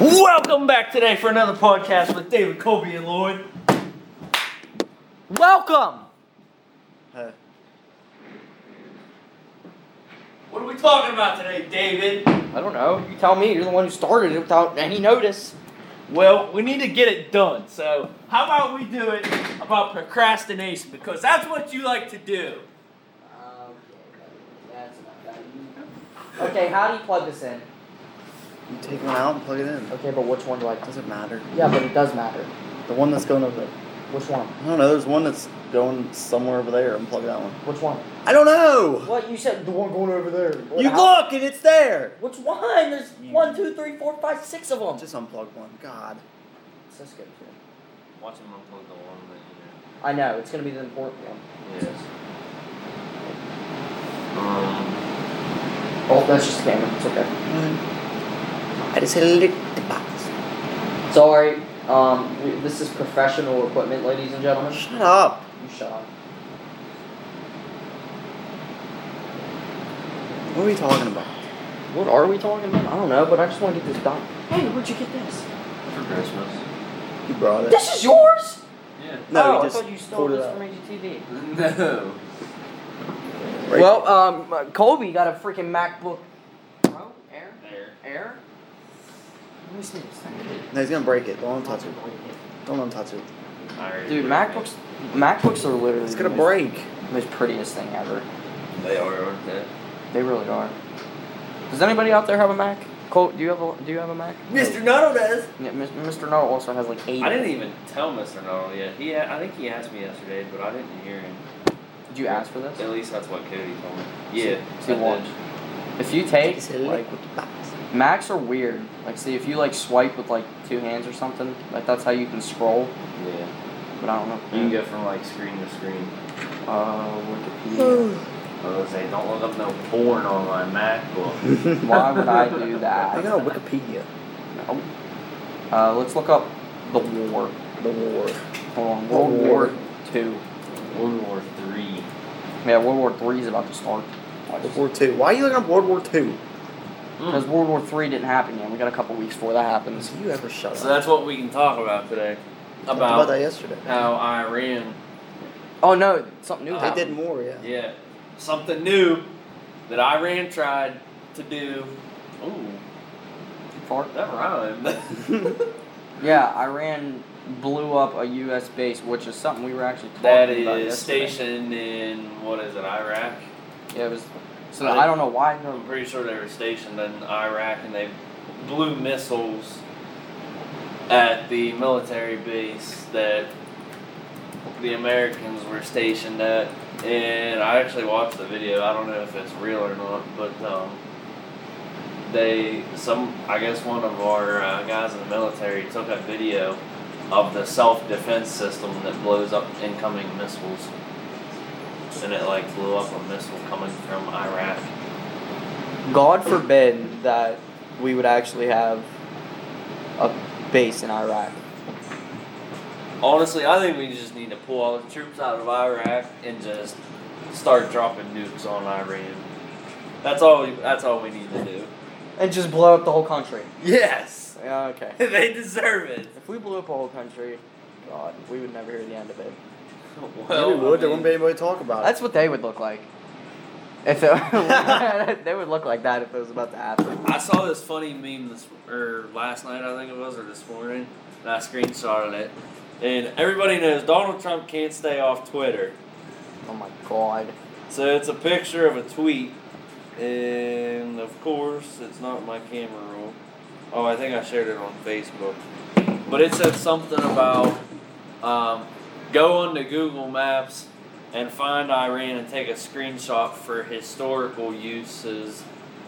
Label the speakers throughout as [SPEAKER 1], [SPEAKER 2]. [SPEAKER 1] Welcome back today for another podcast with David, Kobe, and Lloyd.
[SPEAKER 2] Welcome.
[SPEAKER 1] What are we talking about today, David?
[SPEAKER 2] I don't know. You tell me. You're the one who started it without any notice.
[SPEAKER 1] Well, we need to get it done. So, how about we do it about procrastination? Because that's what you like to do.
[SPEAKER 2] Okay, how do you plug this in?
[SPEAKER 3] You take one out and plug it in.
[SPEAKER 2] Okay, but which one do I?
[SPEAKER 3] It doesn't matter.
[SPEAKER 2] Yeah, but it does matter.
[SPEAKER 3] The one that's going over there.
[SPEAKER 2] Which one?
[SPEAKER 3] I don't know. There's one that's going somewhere over there. Unplug that one.
[SPEAKER 2] Which one?
[SPEAKER 3] I don't know.
[SPEAKER 2] What you said? The one going over there.
[SPEAKER 3] You
[SPEAKER 2] How-
[SPEAKER 3] look and it's there.
[SPEAKER 2] Which one? There's
[SPEAKER 3] You-
[SPEAKER 2] one, two, three, four, five, six of them.
[SPEAKER 3] Just unplug one. God.
[SPEAKER 2] Cisco. too.
[SPEAKER 1] Watch him unplug the one
[SPEAKER 2] I know. It's gonna be the important one.
[SPEAKER 1] that you
[SPEAKER 4] Um,
[SPEAKER 1] Yes.
[SPEAKER 2] Oh, that's just scanning. It's okay.
[SPEAKER 3] I just hit the box.
[SPEAKER 2] Sorry. Um, w- this is professional equipment, ladies and gentlemen.
[SPEAKER 3] Shut up.
[SPEAKER 2] You shut up.
[SPEAKER 3] What are we talking about?
[SPEAKER 2] What are we talking about? I don't know, but I just want to get this done. Hey, where'd you get this?
[SPEAKER 1] Um, for Christmas.
[SPEAKER 3] You brought it.
[SPEAKER 2] This is yours.
[SPEAKER 1] Yeah.
[SPEAKER 3] No,
[SPEAKER 2] oh,
[SPEAKER 3] you just
[SPEAKER 2] I thought you stole
[SPEAKER 3] pulled it
[SPEAKER 2] this
[SPEAKER 3] out.
[SPEAKER 2] from AGTV.
[SPEAKER 1] No.
[SPEAKER 3] Right.
[SPEAKER 2] Well, um, Colby got a freaking MacBook Pro Air.
[SPEAKER 1] There.
[SPEAKER 2] Air. Let me see this thing.
[SPEAKER 3] no, he's gonna break it. Don't untouch it. Don't untouch it.
[SPEAKER 2] Dude, MacBooks, MacBooks are literally
[SPEAKER 3] It's gonna
[SPEAKER 2] the
[SPEAKER 3] break.
[SPEAKER 2] most, most prettiest thing ever.
[SPEAKER 1] They are, aren't they?
[SPEAKER 2] They really are. Does anybody out there have a Mac? Colt, do you have a Do you have a Mac?
[SPEAKER 3] Nuddle does.
[SPEAKER 2] Yeah, Mis- Mr. Null also has like eight.
[SPEAKER 4] I didn't even tell Mr. Null yet. He, a- I think he asked me yesterday, but I didn't hear him.
[SPEAKER 2] Did you ask for this?
[SPEAKER 4] At least that's what Cody told me. Yeah.
[SPEAKER 2] So
[SPEAKER 4] I did.
[SPEAKER 2] watch. If you take
[SPEAKER 3] Just hit
[SPEAKER 2] like
[SPEAKER 3] it with the box.
[SPEAKER 2] Macs are weird. Like, see, if you like swipe with like two hands or something, like that's how you can scroll.
[SPEAKER 4] Yeah.
[SPEAKER 2] But I don't know.
[SPEAKER 4] You can go from like screen to screen.
[SPEAKER 2] Uh, Wikipedia.
[SPEAKER 4] I was gonna say, don't look up no porn on my MacBook.
[SPEAKER 2] Why would I do
[SPEAKER 3] I
[SPEAKER 2] that?
[SPEAKER 3] got a Wikipedia.
[SPEAKER 2] No. Uh, let's look up the war.
[SPEAKER 3] The war.
[SPEAKER 2] Hold on,
[SPEAKER 3] The
[SPEAKER 2] World
[SPEAKER 3] war.
[SPEAKER 2] War Two.
[SPEAKER 4] World War Three.
[SPEAKER 2] Yeah, World War Three is about to start.
[SPEAKER 3] World War Two. Why are you looking up World War Two?
[SPEAKER 2] Because World War Three didn't happen yet. We got a couple weeks before that happens.
[SPEAKER 3] You ever shut up?
[SPEAKER 4] So that's what we can talk about today.
[SPEAKER 3] Talked about that
[SPEAKER 4] About
[SPEAKER 3] yesterday.
[SPEAKER 4] how Iran,
[SPEAKER 2] Oh no, something new.
[SPEAKER 3] They
[SPEAKER 2] happened.
[SPEAKER 3] did more, yeah.
[SPEAKER 4] yeah, something new that Iran tried to do. Ooh,
[SPEAKER 2] Fart.
[SPEAKER 4] that rhymed.
[SPEAKER 2] Yeah, Iran blew up a U.S. base, which is something we were actually talking
[SPEAKER 4] that
[SPEAKER 2] about
[SPEAKER 4] is
[SPEAKER 2] yesterday.
[SPEAKER 4] stationed in what is it, Iraq?
[SPEAKER 2] Yeah, it was. So I don't know why.
[SPEAKER 4] I'm pretty sure they were stationed in Iraq and they blew missiles at the military base that the Americans were stationed at. And I actually watched the video. I don't know if it's real or not, but um, they some I guess one of our uh, guys in the military took a video of the self defense system that blows up incoming missiles. And it like blew up a missile coming from Iraq.
[SPEAKER 2] God forbid that we would actually have a base in Iraq.
[SPEAKER 4] Honestly, I think we just need to pull all the troops out of Iraq and just start dropping nukes on Iran. That's all. We, that's all we need to do.
[SPEAKER 2] And just blow up the whole country.
[SPEAKER 4] Yes,
[SPEAKER 2] Yeah, okay.
[SPEAKER 4] they deserve it.
[SPEAKER 2] If we blew up a whole country, God, we would never hear the end of it.
[SPEAKER 4] Well,
[SPEAKER 3] Maybe we would. There
[SPEAKER 4] I mean,
[SPEAKER 3] wouldn't be anybody to talk about it.
[SPEAKER 2] That's what they would look like. If it, they would look like that if it was about to happen.
[SPEAKER 4] I saw this funny meme this or last night I think it was or this morning. And I screenshotted it, and everybody knows Donald Trump can't stay off Twitter.
[SPEAKER 2] Oh my God.
[SPEAKER 4] So it's a picture of a tweet, and of course, it's not my camera roll. Oh, I think I shared it on Facebook. But it said something about um, go onto Google Maps and find Iran and take a screenshot for historical uses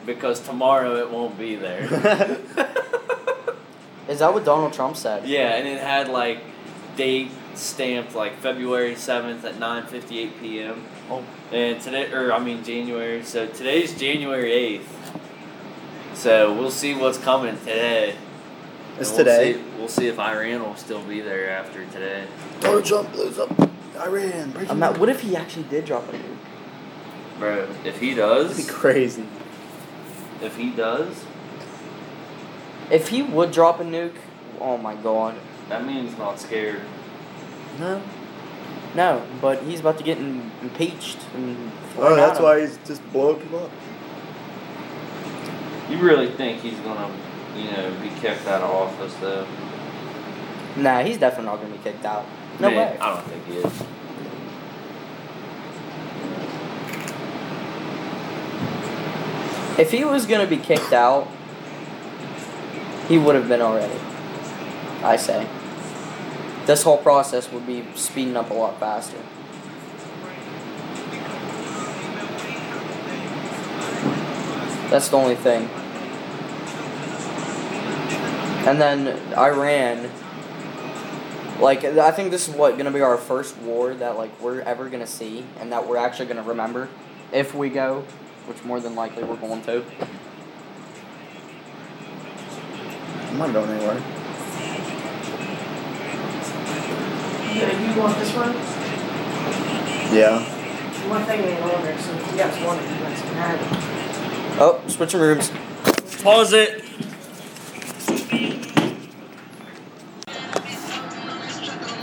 [SPEAKER 4] because tomorrow it won't be there.
[SPEAKER 2] Is that what Donald Trump said?
[SPEAKER 4] yeah, and it had like date stamped like February 7th at 9:58 p.m.
[SPEAKER 2] Oh.
[SPEAKER 4] And today, or I mean January. So today's January eighth. So we'll see what's coming today.
[SPEAKER 3] It's
[SPEAKER 4] And
[SPEAKER 3] today.
[SPEAKER 4] We'll see, we'll see if Iran will still be there after today.
[SPEAKER 3] Donald Trump blows up Iran. Breaking
[SPEAKER 2] I'm not, what if he actually did drop a nuke?
[SPEAKER 4] Bro, if he
[SPEAKER 3] That'd be
[SPEAKER 4] does,
[SPEAKER 3] crazy.
[SPEAKER 4] if he does,
[SPEAKER 2] If he would drop a nuke, oh my god.
[SPEAKER 4] That means not scared.
[SPEAKER 2] No. No, but he's about to get im- impeached. And
[SPEAKER 3] Oh,
[SPEAKER 2] thrown
[SPEAKER 3] that's
[SPEAKER 2] out of-
[SPEAKER 3] why he's just blowing people up.
[SPEAKER 4] You really think he's gonna, you know, be kicked out of office though?
[SPEAKER 2] Nah, he's definitely not gonna be kicked out. No
[SPEAKER 4] Man,
[SPEAKER 2] way.
[SPEAKER 4] I don't think he is.
[SPEAKER 2] If he was gonna be kicked out, he would have been already. I say. This whole process would be speeding up a lot faster. That's the only thing. And then Iran, like I think this is what gonna be our first war that like we're ever gonna see and that we're actually gonna remember if we go, which more than likely we're going to.
[SPEAKER 3] I'm not going anywhere.
[SPEAKER 5] Yeah, you want this one?
[SPEAKER 3] Yeah.
[SPEAKER 5] One thing ain't longer, so if you guys want it, you guys can have it.
[SPEAKER 2] Oh, switching rooms.
[SPEAKER 1] Pause it.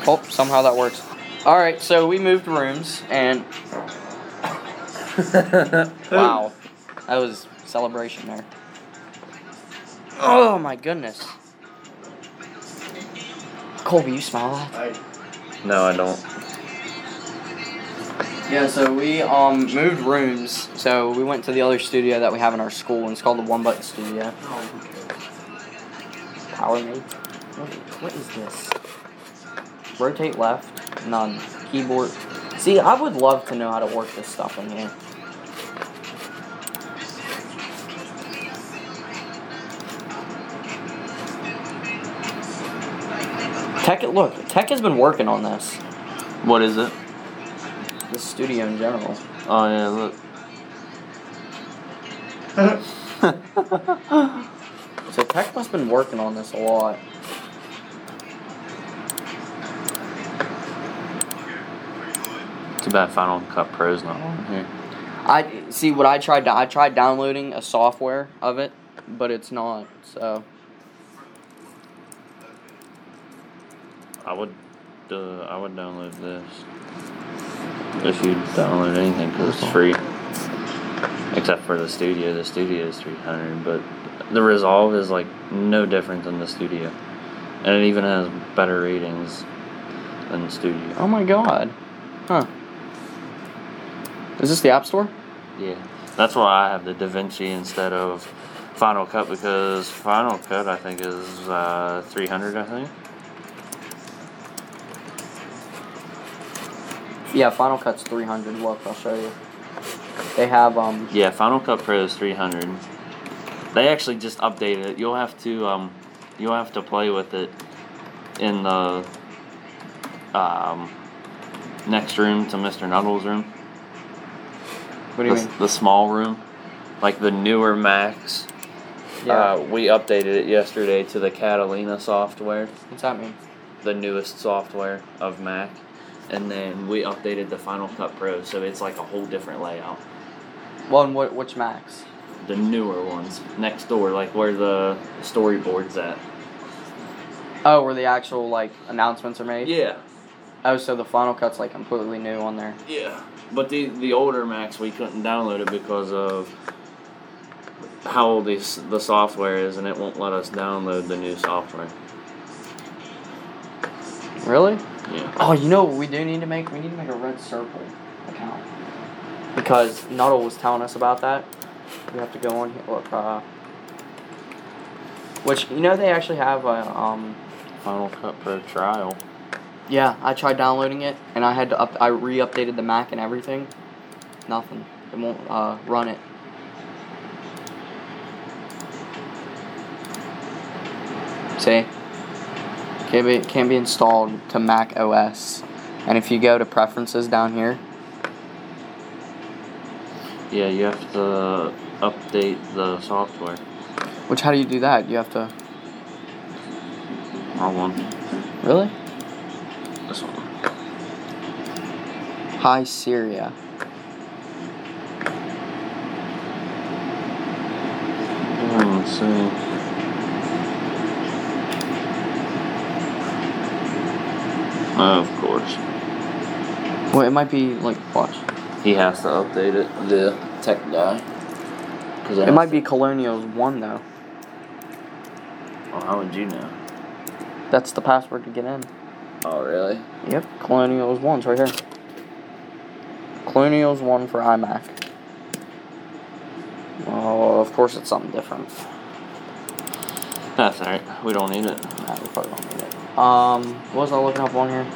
[SPEAKER 2] Oh, somehow that works. All right, so we moved rooms and wow, that was celebration there. Oh my goodness, Colby, you smell that?
[SPEAKER 4] No, I don't.
[SPEAKER 2] Yeah, so we um moved rooms. So we went to the other studio that we have in our school, and it's called the One Button Studio. Power me. What, what is this? Rotate left. None. Keyboard. See, I would love to know how to work this stuff in here. Tech, look, Tech has been working on this.
[SPEAKER 4] What is it?
[SPEAKER 2] The studio in general.
[SPEAKER 4] Oh yeah, look.
[SPEAKER 2] So Tech must have been working on this a lot.
[SPEAKER 4] Too bad Final Cut Pro's not on here.
[SPEAKER 2] I see what I tried. To, I tried downloading a software of it, but it's not. So
[SPEAKER 4] I would, uh, I would download this. If you download anything, because it's free. Except for the studio, the studio is three hundred, but the Resolve is like no different than the studio, and it even has better ratings than the studio.
[SPEAKER 2] oh my god, huh? Is this the App Store?
[SPEAKER 4] Yeah, that's why I have the DaVinci instead of Final Cut because Final Cut I think is uh, three hundred. I think.
[SPEAKER 2] Yeah, Final Cut's three hundred. Look, I'll show you. They have um.
[SPEAKER 4] Yeah, Final Cut Pro is 300. They actually just updated it. You'll have to um, you'll have to play with it in the um, next room to Mr. Nuddle's room.
[SPEAKER 2] What do you
[SPEAKER 4] the,
[SPEAKER 2] mean?
[SPEAKER 4] the small room, like the newer Macs. Uh, we updated it yesterday to the Catalina software,
[SPEAKER 2] What's that mean?
[SPEAKER 4] the newest software of Mac, and then we updated the Final Cut Pro, so it's like a whole different layout.
[SPEAKER 2] Well, and what? Which Max?
[SPEAKER 4] the newer ones next door, like where the storyboard's at.
[SPEAKER 2] Oh, where the actual like announcements are made.
[SPEAKER 4] Yeah,
[SPEAKER 2] Oh, so the Final Cut's like completely new on there.
[SPEAKER 4] yeah. But the the older Macs we couldn't download it because of how old the s- the software is, and it won't let us download the new software.
[SPEAKER 2] Really?
[SPEAKER 4] Yeah.
[SPEAKER 2] Oh, you know what we do need to make? We need to make a red circle account. Because Nuddle was telling us about that. We have to go on here. Look, uh, which, you know, they actually have a, um,
[SPEAKER 4] Final Cut Pro trial.
[SPEAKER 2] yeah, I tried downloading it and I had to up, I re updated the Mac and everything. Nothing. It won't, uh, run it. See? Can be, can be installed to Mac OS. And if you go to preferences down here,
[SPEAKER 4] Yeah, you have to update the software.
[SPEAKER 2] Which how do you do that? You have to
[SPEAKER 4] Wrong one.
[SPEAKER 2] really
[SPEAKER 4] This one.
[SPEAKER 2] hi Syria.
[SPEAKER 4] Oh, Hmm, let's see. Of course.
[SPEAKER 2] Well, it might be like watch.
[SPEAKER 4] He has to update it, the tech guy. Cause
[SPEAKER 2] It might be Colonials one though.
[SPEAKER 4] Well, Oh, how would you know?
[SPEAKER 2] That's the password to get in.
[SPEAKER 4] Oh, really?
[SPEAKER 2] Yep, Colonials one's right here. Colonials one for iMac. Oh, of course it's something different.
[SPEAKER 4] That's alright. We don't need it.
[SPEAKER 2] Nah, we probably don't need it. Um, what was I looking up on here?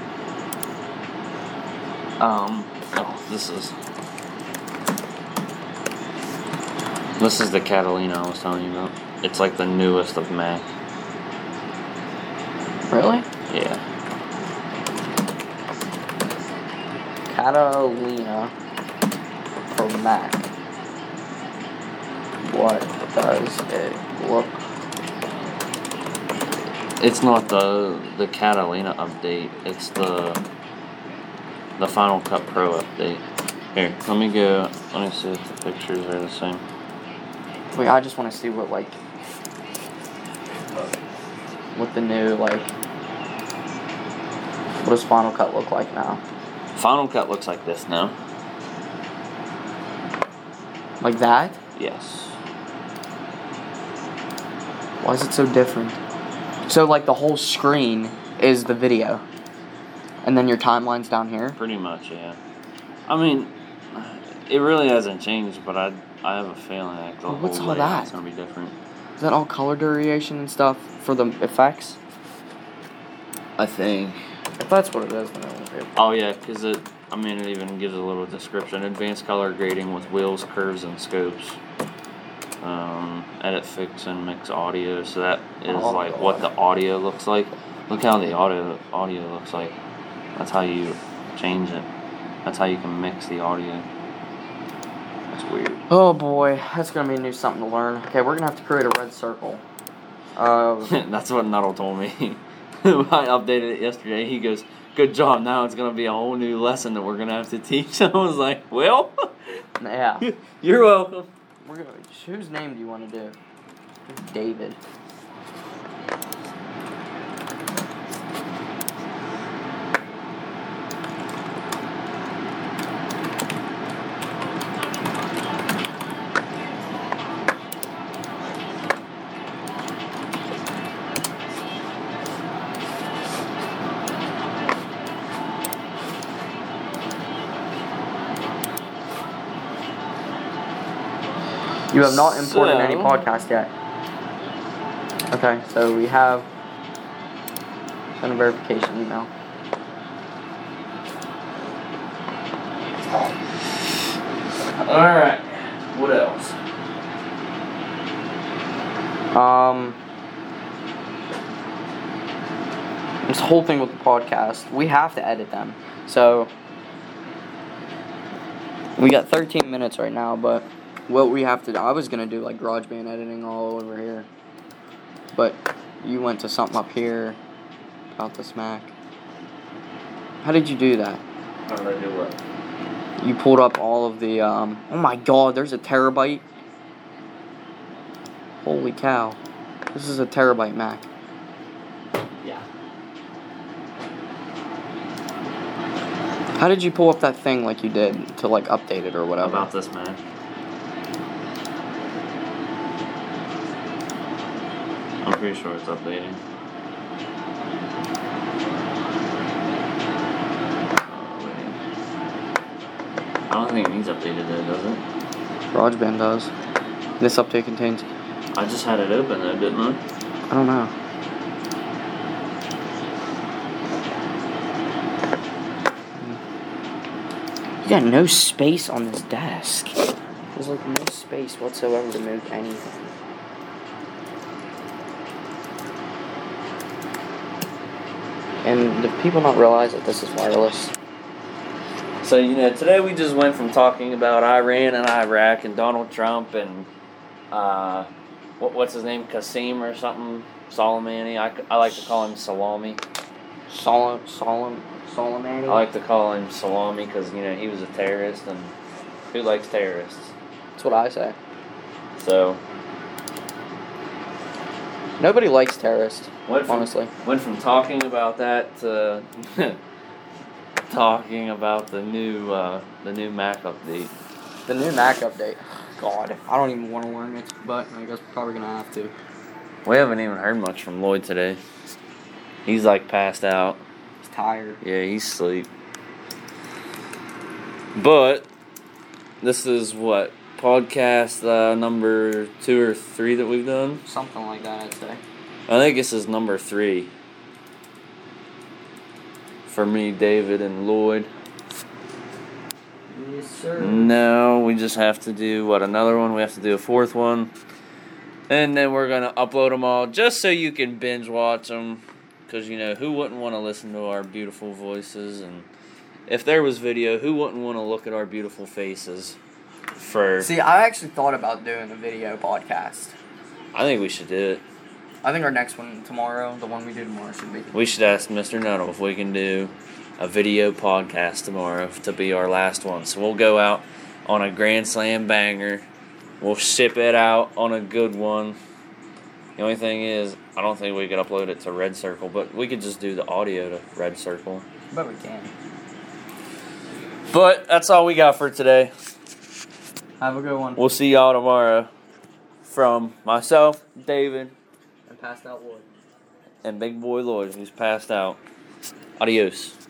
[SPEAKER 4] Um. Oh, this is. This is the Catalina I was telling you about. It's like the newest of Mac.
[SPEAKER 2] Really?
[SPEAKER 4] Yeah.
[SPEAKER 2] Catalina for Mac. What does it look?
[SPEAKER 4] It's not the the Catalina update. It's the the Final Cut Pro update. Here, let me go. Let me see if the pictures are the same.
[SPEAKER 2] Wait, I just want to see what like what the new like what does Final Cut look like now?
[SPEAKER 4] Final Cut looks like this now.
[SPEAKER 2] Like that?
[SPEAKER 4] Yes.
[SPEAKER 2] Why is it so different? So like the whole screen is the video, and then your timeline's down here.
[SPEAKER 4] Pretty much, yeah. I mean, it really hasn't changed, but I I have a feeling like the
[SPEAKER 2] Well,
[SPEAKER 4] whole
[SPEAKER 2] what's all
[SPEAKER 4] layout's
[SPEAKER 2] that?
[SPEAKER 4] gonna be different.
[SPEAKER 2] Is that all color variation and stuff for the effects?
[SPEAKER 4] I think.
[SPEAKER 2] If that's what it is, then it won't be.
[SPEAKER 4] Oh yeah, because it. I mean, it even gives a little description: advanced color grading with wheels, curves, and scopes. Um, edit, fix, and mix audio. So that is
[SPEAKER 2] Oh,
[SPEAKER 4] like
[SPEAKER 2] God.
[SPEAKER 4] what the audio looks like. Look how the audio audio looks like. That's how you change it. That's how you can mix the audio. That's weird.
[SPEAKER 2] Oh boy, that's gonna be a new something to learn. Okay, we're gonna have to create a red circle. Uh,
[SPEAKER 4] That's what Nuttall told me. When I updated it yesterday. He goes, "Good job. Now it's gonna be a whole new lesson that we're gonna have to teach." I was like, "Well,
[SPEAKER 2] yeah.
[SPEAKER 4] you're welcome."
[SPEAKER 2] We're gonna. Whose name do you want to do? David. You have not imported any
[SPEAKER 4] So-
[SPEAKER 2] podcast yet. Okay, so we have send a verification email.
[SPEAKER 4] All right. What else?
[SPEAKER 2] Um, this whole thing with the podcast, we have to edit them. So we got 13 minutes right now, but what we have to do, I was gonna do like GarageBand editing all over here, but you went to something up here about the smack. How did you do that?
[SPEAKER 4] How did I do what?
[SPEAKER 2] You pulled up all of the. Um, oh my god, there's a terabyte. Holy cow. This is a terabyte Mac.
[SPEAKER 4] Yeah.
[SPEAKER 2] How did you pull up that thing like you did to like update it or whatever?
[SPEAKER 4] About this man. I'm pretty sure it's updating. I don't think it needs updated though, does it?
[SPEAKER 2] GarageBand does. This update contains.
[SPEAKER 4] I just had it open though, didn't I?
[SPEAKER 2] I don't know. You got no space on this desk. There's like no space whatsoever to move anything. And do people not realize that this is wireless?
[SPEAKER 4] So you know, today we just went from talking about Iran and Iraq and Donald Trump and uh, what, what's his name, Kasim or something, Soleimani. I, c- I like to call him Salami.
[SPEAKER 2] Solemn, solemn, solemn.
[SPEAKER 4] I like to call him Salami because you know he was a terrorist and who likes terrorists?
[SPEAKER 2] That's what I say.
[SPEAKER 4] So
[SPEAKER 2] Nobody likes terrorists,
[SPEAKER 4] went from
[SPEAKER 2] honestly.
[SPEAKER 4] went from talking about that to talking about the new uh, the new Mac update.
[SPEAKER 2] The new Mac update. God, I don't even want to learn it, but I guess we're probably gonna have to.
[SPEAKER 4] We haven't even heard much from Lloyd today. He's like passed out.
[SPEAKER 2] It's tired.
[SPEAKER 4] Yeah, he's asleep. But this is what podcast uh, number two or three that we've done.
[SPEAKER 2] Something like that, I'd say.
[SPEAKER 4] I think this is number three for me, David, and Lloyd.
[SPEAKER 2] Yes, sir.
[SPEAKER 4] No, we just have to do what another one. We have to do a fourth one, and then we're gonna upload them all just so you can binge watch them. Cause you know who wouldn't want to listen to our beautiful voices, and if there was video, who wouldn't want to look at our beautiful faces? For
[SPEAKER 2] See, I actually thought about doing a video podcast.
[SPEAKER 4] I think we should do it.
[SPEAKER 2] I think our next one tomorrow, the one we do tomorrow, should be.
[SPEAKER 4] We should ask Mr. Nunnell if we can do a video podcast tomorrow to be our last one. So we'll go out on a Grand Slam banger. We'll ship it out on a good one. The only thing is, I don't think we could upload it to Red Circle, but we could just do the audio to Red Circle.
[SPEAKER 2] But we can.
[SPEAKER 4] But that's all we got for today.
[SPEAKER 2] Have a good one.
[SPEAKER 4] We'll see y'all tomorrow from myself, David,
[SPEAKER 2] And pass out wood.
[SPEAKER 4] and Big Boy Lloyd, who's passed out. Adios.